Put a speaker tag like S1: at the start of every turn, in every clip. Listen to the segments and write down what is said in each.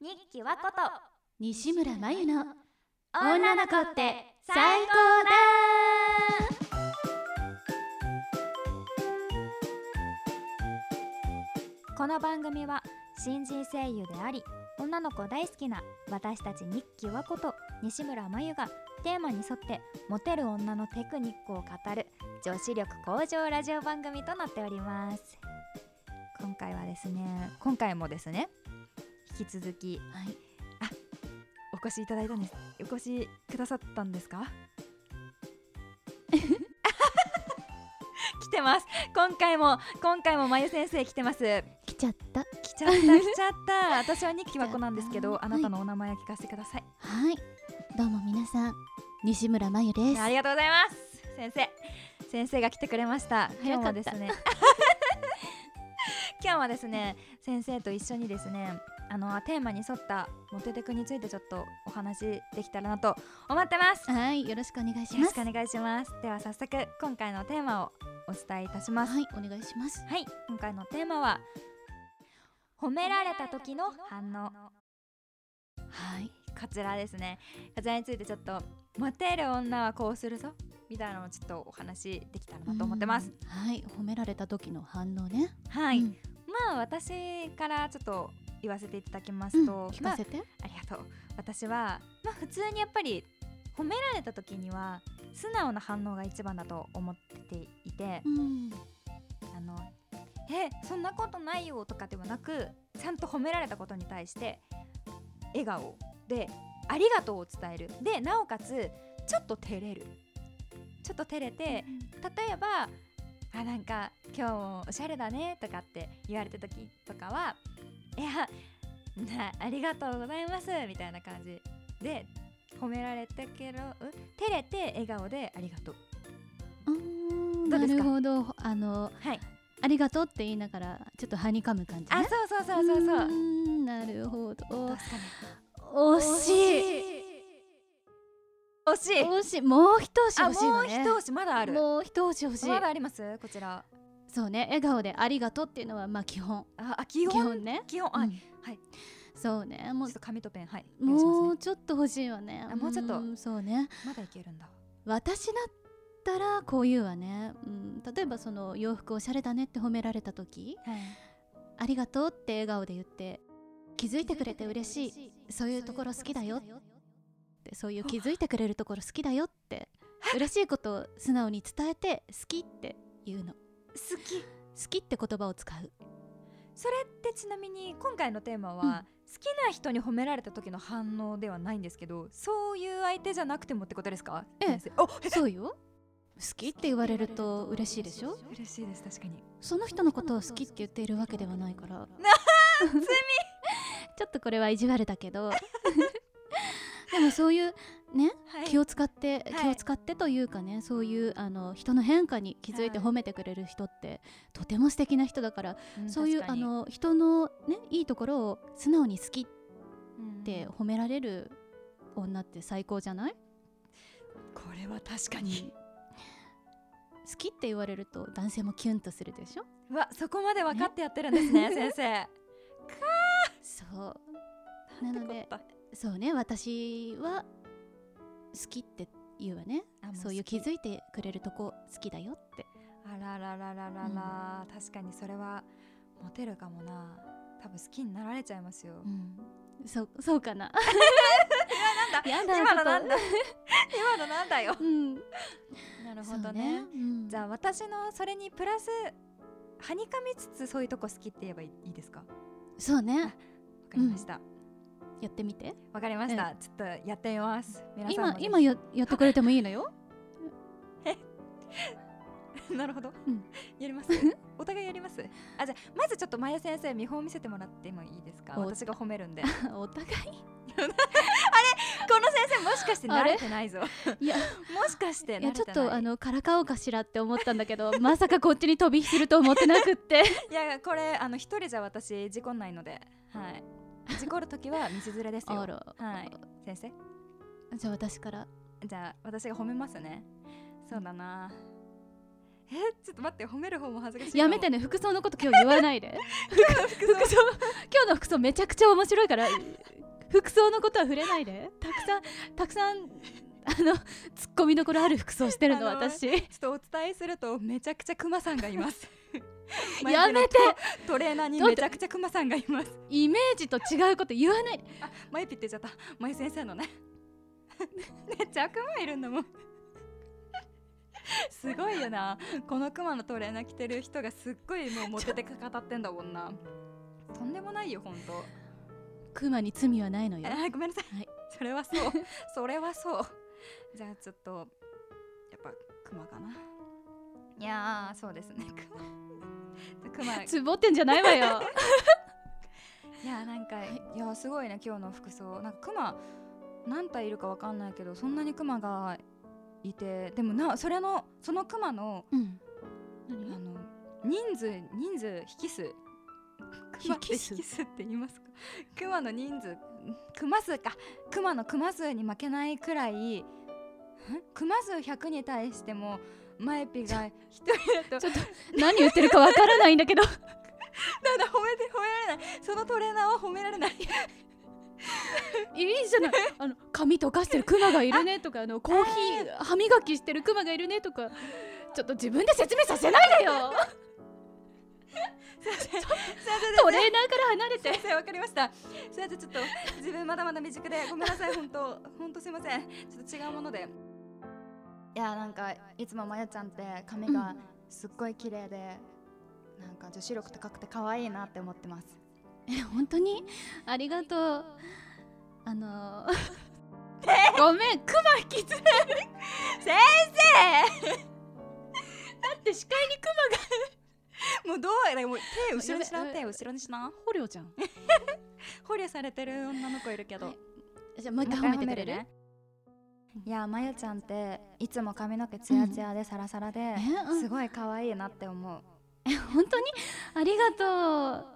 S1: 日記はこと
S2: 西村真由の
S1: 女
S2: 女
S1: の
S2: の
S1: 子
S2: 子
S1: っ
S2: ってて
S1: 最
S2: 最
S1: 高だ
S2: 高
S1: この番組は新人声優であり女の子大好きな私たち日記和こと西村真由がテーマに沿ってモテる女のテクニックを語る女子力向上ラジオ番組となっております今回はですね今回もですね引き続き
S2: はい
S1: お越しいただいたんです。お越しくださったんですか。 来てます。今回も、今回もまゆ先生来てます。来
S2: 来ちゃった
S1: ち ゃった、来ちゃった。私は日記は子なんですけ
S2: 来ち
S1: ど、
S2: ゃった
S1: あなたのお名前を聞かせてください。
S2: はいどうも皆さん西村真由で
S1: ありがとうございます。先生。先生が来てくれました。今日はですね。 今日はですね、先生と一緒にですね。あのテーマに沿ったモテテクについてちょっとお話できたらなと思ってます。
S2: すはいよろしくお願いし
S1: よ
S2: ま
S1: ろ
S2: す
S1: しくお願いしますでは早速今回のテーマをお伝えいたします
S2: はいお願いします
S1: はい今回のテーマは褒められた時の反応
S2: はい
S1: こちらですねこちらについてちょっとモテる女はこうするぞみたいなのをちょっとお話できたらなと思ってます
S2: うんはい褒められた時の反応ね
S1: はい、
S2: うん
S1: まあ私からちょっと言わせていただきま
S2: う
S1: す
S2: ん
S1: と、
S2: 聞
S1: ま
S2: か
S1: あ
S2: せて
S1: ありがとう私はまあ普通にやっぱり褒められた時には素直な反応が一番だと思っていて、
S2: うん
S1: あの「えそんなことないよ」とかではなくちゃんと褒められたことに対して笑顔で「ありがとう」を伝えるでなおかつちょっと照れるちょっと照れて例えば「あなんか今日もおしゃれだね」とかって言われた時とかは「いやなありがとうございます」みたいな感じで褒められたけどうん照れて笑顔で「ありがとう
S2: うん
S1: どう
S2: な
S1: ですか
S2: るほどあの」
S1: はい
S2: ありがとうって言いながらちょっとはにかむ感じ
S1: あ
S2: ね
S1: そうそうそうそうそう
S2: ーんなるほ
S1: どう
S2: ど
S1: ですかね
S2: 惜しい
S1: 惜しい
S2: 惜しいもう一押し
S1: あ
S2: 欲しい
S1: も
S2: の
S1: う一
S2: ね
S1: 押しまだある
S2: もう一押し欲しい
S1: まだありますこちら
S2: そうね笑顔でありがとうっていうのはまあ基本
S1: ああ基
S2: 基
S1: 本
S2: 本ね
S1: 基本あ、
S2: うん
S1: はい
S2: そうね
S1: も
S2: も
S1: うちょっと紙とペンはい
S2: う
S1: お
S2: も
S1: 願
S2: う
S1: いし
S2: ちょっと欲しいわね
S1: あもうちょっと
S2: んそうね
S1: ますねまだいけるんだ
S2: 私だったらこういうわね、うん、例えばその洋服おしゃれだねって褒められた時
S1: はい
S2: ありがとうって笑顔で言って気づいてくれて嬉しいそういうところ好きだよってそういう気づいてくれるところ好きだよって嬉しいことを素直に伝えて好きって言うの好
S1: 好き
S2: きって言葉を使う
S1: それってちなみに今回のテーマは、好きな人に褒められた時の反応ではないんですけどそういう相手じゃなくてもってことですか
S2: ええ
S1: 先生お
S2: そうよ好きって言われると嬉しいでしょ
S1: 嬉しいです確かに
S2: その人のことを好きって言っているわけではないから罪 ちょっとこれは意地悪だ けどでもそういうね
S1: はい
S2: 気を使って、
S1: い
S2: 気を使ってというかねそういうあの人の変化に気づいて
S1: はい
S2: 褒めてくれる人って、とても素敵な人だから、
S1: ん
S2: そういう
S1: 確
S2: あ
S1: かに
S2: の人のねいいところを素直に好きっ
S1: うん
S2: て褒められる女って最高じゃない、
S1: これは確か
S2: うん好きって言われると男性もキュンとするでしょ
S1: うわそこまで分かってやってるんです ね先生
S2: そうなの
S1: って
S2: で
S1: こった
S2: そうね私は好きって言うわね
S1: あもう
S2: そうい
S1: 好
S2: う
S1: き
S2: 気づいてくれるとこ好きだよって
S1: あらららららら、確かにそれはモテるかもな多分好きになられちゃいますよ、
S2: うん、そうそう かな
S1: なんだ
S2: やだ
S1: 今のなん
S2: ちょっ
S1: だ 今のなんだよ
S2: とうん
S1: なる
S2: そ
S1: ほ
S2: う
S1: どね
S2: ね、うん
S1: じゃあ私のそれにプラスはにかみつつそういうとこ好きって言えばいいですかわか
S2: そうね
S1: りましたわ、
S2: やってみて
S1: かりました、ちょっとやってみます皆さん
S2: 今
S1: も
S2: 今ややってくれてもいいの よ
S1: 今なるほど、
S2: うん
S1: やります お互いやりますあじゃあまずちょっとまや先生見本見せてもらってもいいですか
S2: お
S1: 私が褒めるん で
S2: お互
S1: この先生もしかして慣れてないぞ
S2: いいや
S1: もしかして慣
S2: い
S1: れ
S2: や
S1: て
S2: ち
S1: な
S2: ょ
S1: い
S2: っとあのからかおうかしらって思ったんだけどまさかこっちに飛び火すると思ってなくって
S1: いやこれあの一人じゃ私事故んないので、はい、事故る時は道連れですよ
S2: あ。ら、
S1: はい、先生
S2: じゃあ私から
S1: じゃあ私が褒めますね。そうだな。えちょっと待って褒める方も恥ずかしいかも
S2: やめてね服装のこと今日言わないで服装今日の服装めちゃくちゃ面白いから服装のことは触れないでたくさんたくさんあのツッコミどころある服装してるの
S1: あの
S2: 私
S1: ちょっとお伝えするとめちゃくちゃクマさんがいます
S2: やめて
S1: マイペのトトレーナーにめちゃくちゃクマさんがいます
S2: イメージと違うこと言わない
S1: あマユピって言っちゃったマユ先生のね めっちゃ悪魔いるんだもん すごいよなこのクマのトレーナー着てる人がすっごいもうモテて語ってんだもんなとんでもないよほんと
S2: クマに罪はないのよ
S1: あごめんなさい、
S2: はい
S1: それはそう それはそうじゃあちょっとやっぱクマかないやーそうですねクマクマ
S2: つぼってんじゃないわよ
S1: いやなんか、い、やすごいね今日の服装なんかクマ何体いるかわかんないけどそんなにクマがいてでもなそれのそのクマの
S2: うん
S1: あの人数人数引き数クマって
S2: 引き数
S1: 引き数って言いますかクマの人数クマ数かクマのクマ数に負けないくらいんクマ数100に対してもマエピが1人だと
S2: ちょっと何言ってるかわからないんだけ ど
S1: だだ褒めて褒められないそのトレーナーは褒められない
S2: いいじゃないあの髪溶かしてるクマがいるねとかあのコーヒー歯磨きしてるクマがいるねとかちょっと自分で説明させないでよ トレーナーから離れて
S1: 先生わかりましたすいませんちょっと自分まだまだ未熟でごめんな さい本当本当すいませんちょっと違うものでいやなんかいつもまやちゃんって髪がすっごい綺麗で、なんか女子力高くて可愛いなって思ってます
S2: え本当にありがとうあ のーごめんクマ引きずだ
S1: え
S2: って視界にク
S1: もうどうやらもう手後ろにしな
S2: やべ
S1: 手後ろにしな
S2: マ捕虜じゃん
S1: 捕虜されてる女の子いるけど、
S2: はいじゃあもう一回褒めてくれる
S1: いやまゆちゃんっていつも髪の毛ツヤツヤでサラサラで、
S2: えうん
S1: すごい可愛いなって思う
S2: 本当にありがと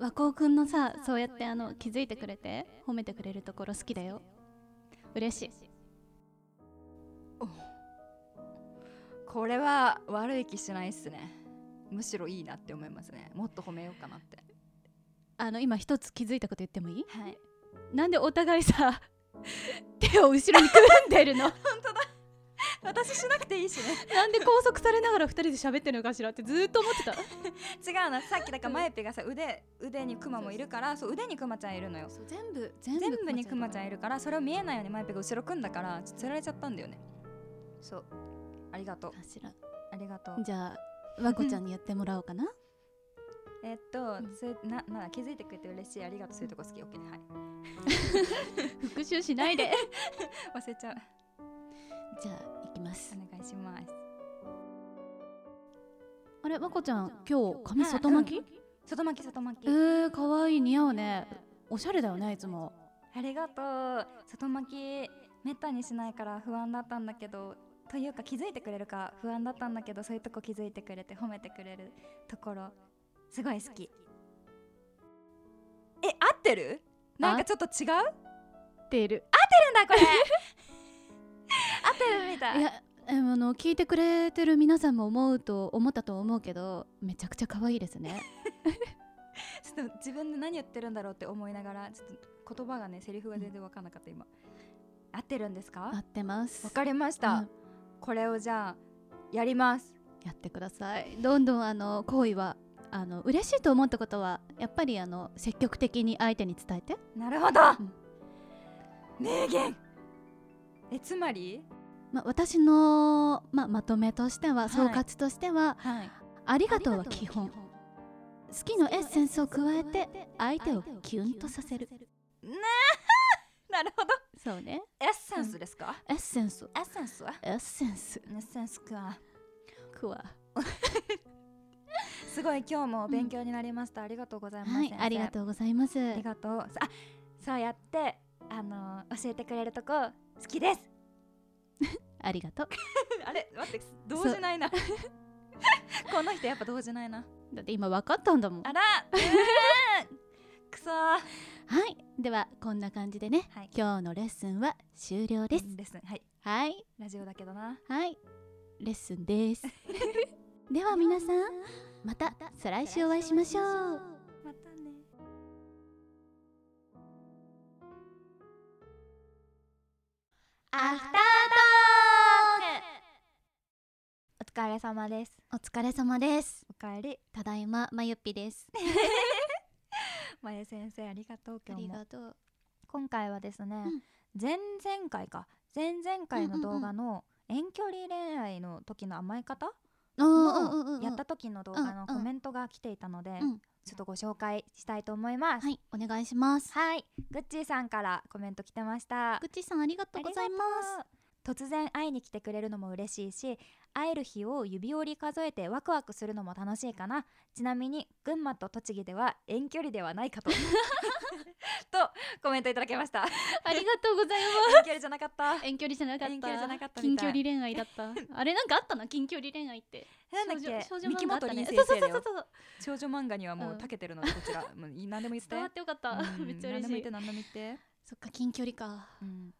S2: う和光くんのさそうやってあの気づいてくれて褒めてくれるところ好きだよ嬉しい
S1: これは悪い気しないっすねむしろいいなって思いますねもっと褒めようかなって
S2: あの今一つ気づいたこと言ってもいい
S1: はい
S2: なんでお互いさ 手を後ろに組んでる の
S1: 私しなくていいしね
S2: なんで拘束されながら二人で喋ってるのかしらってずーっと思ってた
S1: 違うなさっきだからマエピがさ腕腕にクマもいるからそう腕にクマちゃんいるのよ
S2: 全部
S1: 全部にクマちゃんい
S2: る
S1: るからそれを見えないようにマエピが後ろ組んだからちょっと釣られちゃったんだよねそうありがとう
S2: かしら
S1: ありがとう
S2: じゃあ和子ちゃんにやってもらおうかな
S1: えっと、
S2: うん
S1: そうななんだ気づいてくれて嬉しいありがとうそういうとこ好き OK はい
S2: 復習しないで
S1: 忘れちゃう
S2: じゃあ行きます
S1: お願いします
S2: あれ和子ちゃん今日髪外巻き、
S1: 外巻き外巻き
S2: えー、かわいい似合うねおしゃれだよねいつも
S1: ありがとう外巻きめったにしないから不安だったんだけどというか気づいてくれるか不安だったんだけどそういうとこ気づいてくれて褒めてくれるところすごい好きえ合ってるなんかちょっと違うなんだ
S2: ている
S1: これ合ってるみたい
S2: いやあの聞いてくれてる皆さんも思うと思ったと思うけどめちゃくちゃ可愛いですね
S1: ちょっと自分で何言ってるんだろうって思いながらちょっと言葉がねセリフが全然分かんなかった今合ってるんです
S2: 合
S1: か
S2: ってます
S1: わかりまし
S2: う
S1: た
S2: ん
S1: これをじゃあやります
S2: やってくださいどんどんあの行為はあの嬉しいと思ったことはやっぱりあの積極的に相手に伝えて
S1: なるほど、
S2: ん
S1: 名言えつまり
S2: まあ、私の、まあ、まとめとしては、
S1: い
S2: 総括としては
S1: はい
S2: あり
S3: あ
S2: がとうは基本好きのエッセンスを加えて相手をキュンとさせる
S1: なるほど
S2: そうね
S1: エッセンスですか、
S2: エッセンス
S1: エッセンスは
S2: エッセンス
S1: エッセンスか
S2: くわ
S1: すごい今日も勉強になりました、ありがとうございます、
S2: は
S1: 先
S2: い
S1: 生
S2: ありがとうございます
S1: ありがとうさあそうやってあのー教えてくれるとこ好きです
S2: ありがとう
S1: あれ待って動じないな この人やっぱ動じないな
S2: だって今分かったんだもんは
S1: あらうーんくそー
S2: いではこんな感じでね
S1: はい
S2: 今日のレッスンは終了です
S1: ですはい
S2: はい
S1: ラジオだけどな
S2: はいレッスンですでは皆さんまた再来週お会いしましょう
S1: またね
S3: アフタートー
S1: お疲れ様です
S2: お疲れ様です
S1: おかえり
S2: ただいままゆっぴです
S1: まゆ先生ありがとう
S2: あ
S1: 今日
S2: り
S1: も
S2: がとう
S1: 今回はですね、
S2: うん
S1: 前々回か前々回の動画の遠距離恋愛の時の甘え方のやった時の動画
S2: うんう
S1: の
S2: ん
S1: コメントが来ていたので、
S2: ん
S1: ちょっとご紹介したいと思います
S2: はいお願いします
S1: はい、ぐっちーさんからコメント来てました
S2: ぐっちさんありがとうございます
S1: す突然会いに来てくれるのも嬉しいし会える日を指折り数えてワクワクするのも楽しいかなちなみに群馬と栃木では遠距離ではない かととコメントいただきました
S2: ありがとうございま
S1: 遠距離じゃなかった
S2: す遠距離じゃなかっ
S1: 遠
S2: た
S1: 距離じゃなかったみ
S2: 近
S1: たい
S2: 距離恋愛だった あれなんかあったな近距離恋愛って
S1: なんだっけ
S2: 少女
S1: 三
S2: 少
S1: 木
S2: 女漫画あった
S1: 本
S2: ね
S1: 凛先生だ
S2: そう
S1: よ
S2: そうそうそ
S1: 少
S2: う
S1: 女漫画にはもう
S2: うん
S1: 長けてるのでこちらもうい何でも言って
S2: 伝わってよかった、
S1: うん
S2: めっちゃ
S1: 何で
S2: 嬉し
S1: も言っ
S2: い
S1: て何でも言って
S2: そっか近距離か
S1: うん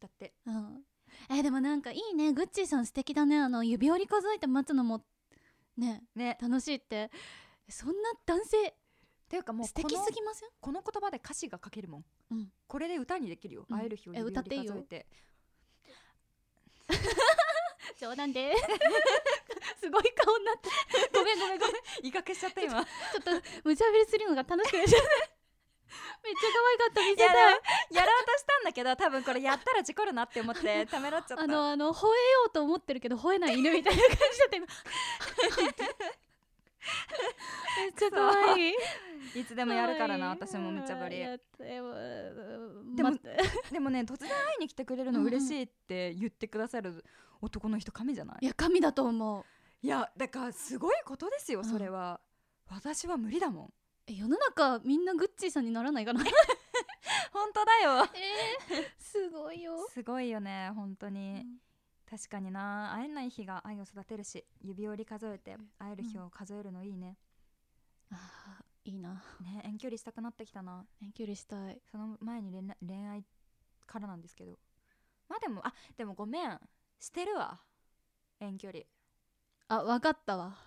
S1: だって
S2: うんえでもなんかいいねぐっちーさん素敵だねあの指折り数えて待つのもね
S1: ね
S2: 楽しいってそんな男性
S1: ていうかもう
S2: 素敵
S1: この
S2: すぎ ません
S1: この言葉で歌詞が書けるもん、
S2: うん
S1: これで歌にできるよ、
S2: うん
S1: 会える日を
S2: え
S1: 指折
S2: 歌
S1: り
S2: っていいよ
S1: 数えて
S2: 冗談で すごい顔になってごめんごめんごめん
S1: 威嚇しちゃった今い
S2: ちょっと無茶ぶりするのが楽し くなっちゃっためっちゃ可愛かった見せ
S1: やだ
S2: たい
S1: やろうとしたんだけど多分これやったら事故るなって思ってためらっちゃった
S2: あのあの吠えようと思ってるけど吠えない犬みたいな感じだ った今めっちゃ可愛い
S1: いつでもやるからな私も無茶ぶ
S2: ぶり
S1: り
S2: でも
S1: でも
S2: 待って
S1: でもね突然会いに来てくれるの嬉しいって言ってくださる男の人神じゃない
S2: いや神だと思う
S1: いやだからすごいことですよ
S2: うん
S1: それは、私は無理だもん
S2: え世の中みんなグッチーさんにならないかなえ
S1: 本当だよ
S2: すごいよ、
S1: すごいよね本当
S2: う
S1: に、
S2: ん
S1: 確かにな会えない日が愛を育てるし指折り数えて会える日
S2: う
S1: を数えるのいいね、
S2: あーいいな
S1: ね遠距離したくなってきたな
S2: 遠距離したい
S1: その前に恋愛恋愛からなんですけどまあでもあでもごめんしてるわ遠距離
S2: あわかったわ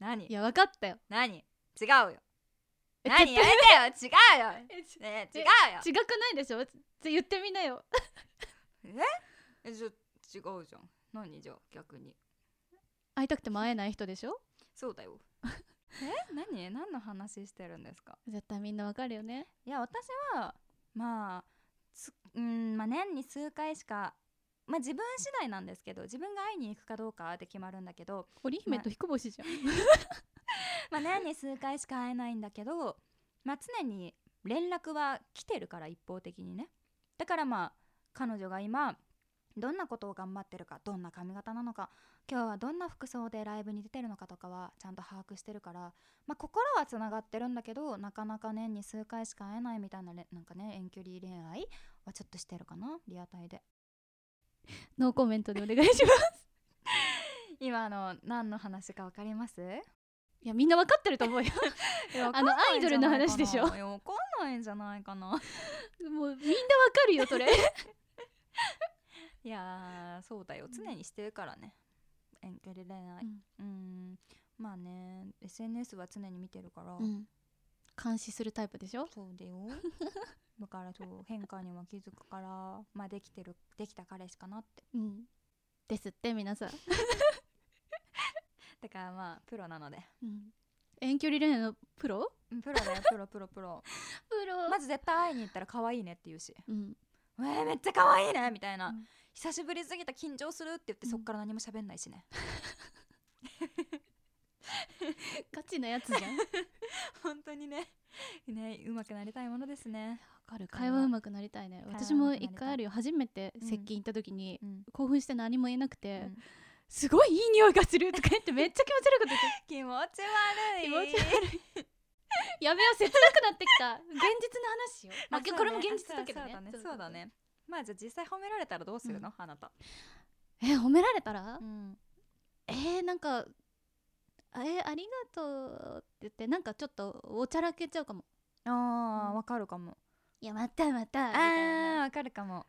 S1: 何
S2: いやわかったよ
S1: 何違うよ
S2: え
S1: 何
S2: ち
S1: や
S2: ょっ
S1: めてよ違うよ
S2: とえち
S1: ねえ
S2: え
S1: 違
S2: 違くないでしょちょ言ってみなよ
S1: うよえじゃ違うじゃん何じゃあ逆に
S2: 会いたくても会えない人でしょ
S1: そうだよ え何何の話してるんですか
S2: 絶対みんなわかるよね
S1: いや私はまあつうんまあ年に数回しかまあ自分次第なんですけど自分が会いに行くかどうかで決まるんだけど
S2: 織姫と彦星じゃん、
S1: まあ年に数回しか会えないんだけどまあ常に連絡は来てるから一方的にねだからまあ彼女が今どんなことを頑張ってるかどんな髪型なのか今日はどんな服装でライブに出てるのかとかはちゃんと把握してるから、まあ、心はつながってるんだけどなかなか年に数回しか会えないみたいなれなんかね遠距離恋愛はちょっとしてるかなリアタイで
S2: ノーコメントでお願いします
S1: 今あの何の話か分かります
S2: いやみんなわかってると思う よあのアイドルの話でしょ
S1: 分かんないんじゃないかな
S2: もうみんなわかるよそれ
S1: いやーそうだよ常にしてるからね、遠距離恋愛うんまあね SNS は常に見てるから、
S2: うん監視するタイプでしょ
S1: そうだよ だからそう変化には気づくからまあできてるできた彼氏かなって
S2: うんですって皆さん
S1: だからまあプロなので
S2: うん遠距離恋愛のプロ
S1: うんプロ だよプロプロプロ
S2: プロ
S1: まず絶対会いに行ったら可愛いねって言うし
S2: うん、
S1: 「えー、めっちゃ可愛いね」みたいな、
S2: うん
S1: 久しぶりすぎた緊張する」って言ってそっから何も喋んないしね、
S2: ガチなやつじゃん わ
S1: 本当にねねうまくなりたいものですね、
S2: かる
S1: 会
S2: 会
S1: 話
S2: 話
S1: う
S2: うまくなりたいね
S1: 会話
S2: 私
S1: うま
S2: も
S1: くなりたい
S2: 一回あるよ初めて接近行った時に、
S1: うん
S2: 興奮して何も言えなくて、
S1: うん
S2: すごいいい匂いがするとか言ってめっちゃ気持ち悪いこと言って
S1: 気持ち悪い
S2: 気持ちやべよ切なくなってきた現実 の話よ、まあ、
S1: そう
S2: これも現実だけど
S1: あ
S2: ね
S1: そうだねそうだねまあじゃあ実際褒められたらどうするの、あなた、
S2: え褒められたら、
S1: ん、
S2: えー、なんかえー、ありがとうって言ってなんかちょっとおちゃらけちゃうかも
S1: あー
S2: うん
S1: わかるかも
S2: いやまたまたみ
S1: あ
S2: たい
S1: ー
S2: な
S1: わかるかも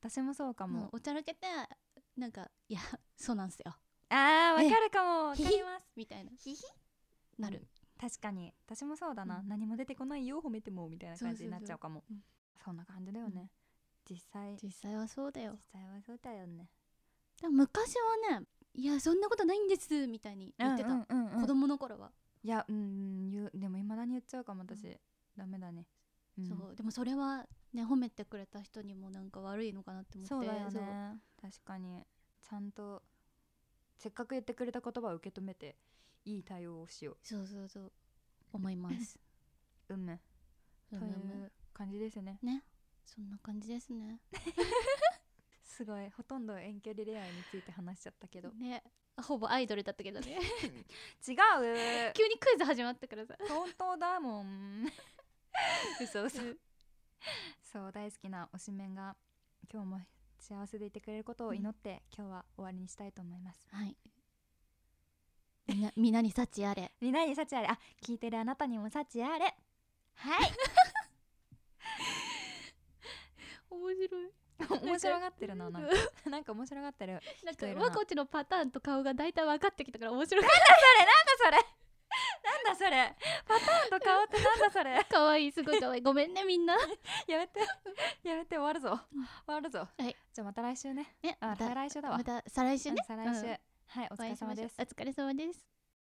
S1: 私もそうか
S2: もう
S1: も、
S2: おちゃらけてなんかいやそうなんすよ
S1: あーわかるかもわかります
S2: みたいな
S3: ひひ
S2: なる
S1: 確かに私もそうだな、
S2: うん
S1: 何も出てこないよ褒めてもみたいな感じになっちゃうかも
S2: そうそう
S1: そんな感じだよね、実際実
S2: 実際はそうだよ
S1: 際はそうだよね
S2: でも昔はねいやそんなことないんですみたいに言ってた、
S1: うんうんうんうん
S2: 子供の頃は、
S1: いやうんうん言うでもいまだに言っちゃうかも私、ダメだね、うん
S2: そうでもそれはね褒めてくれた人にもなんか悪いのかなって思って
S1: そうだよ
S2: そう
S1: ね確かにちゃんとせっかく言ってくれた言葉を受け止めていい対応をしよ
S2: そうそうそう思います
S1: ううん
S2: う
S1: と
S2: ん
S1: いう感じですね
S2: ねそんな感じですね
S1: すごいほとんど遠距離恋愛について話しちゃったけど
S2: ねほぼアイドルだったけどね
S1: 違 う
S2: 急にクイズ始まったからさ
S1: 本当だもん 嘘嘘そう大好きな推しメンが今日も幸せでいてくれることを祈って、今日は終わりにしたいと思います
S2: はいみな みなに幸あれ
S1: みんなに幸あれあ聞いてるあなたにも幸あれ
S3: はい
S2: 面白い
S1: 面白がってるななんかなんか面白がってる
S2: なんか
S1: 人いるな
S2: 和子ちのパターンと顔が大体分かってきたから面 白 い
S1: それなんだそれパターンと顔ってなんだそれ
S2: 可愛いすごい可愛いごめんねみんな
S1: やめてやめて終わるぞ
S2: うん
S1: 終わるぞ、
S2: はい
S1: じゃあまた来週ね
S2: ね
S1: あまた来週だわ、
S2: また再来週ね
S1: うん再来週、
S2: うん
S1: はいお疲れ様です
S2: お疲れ様です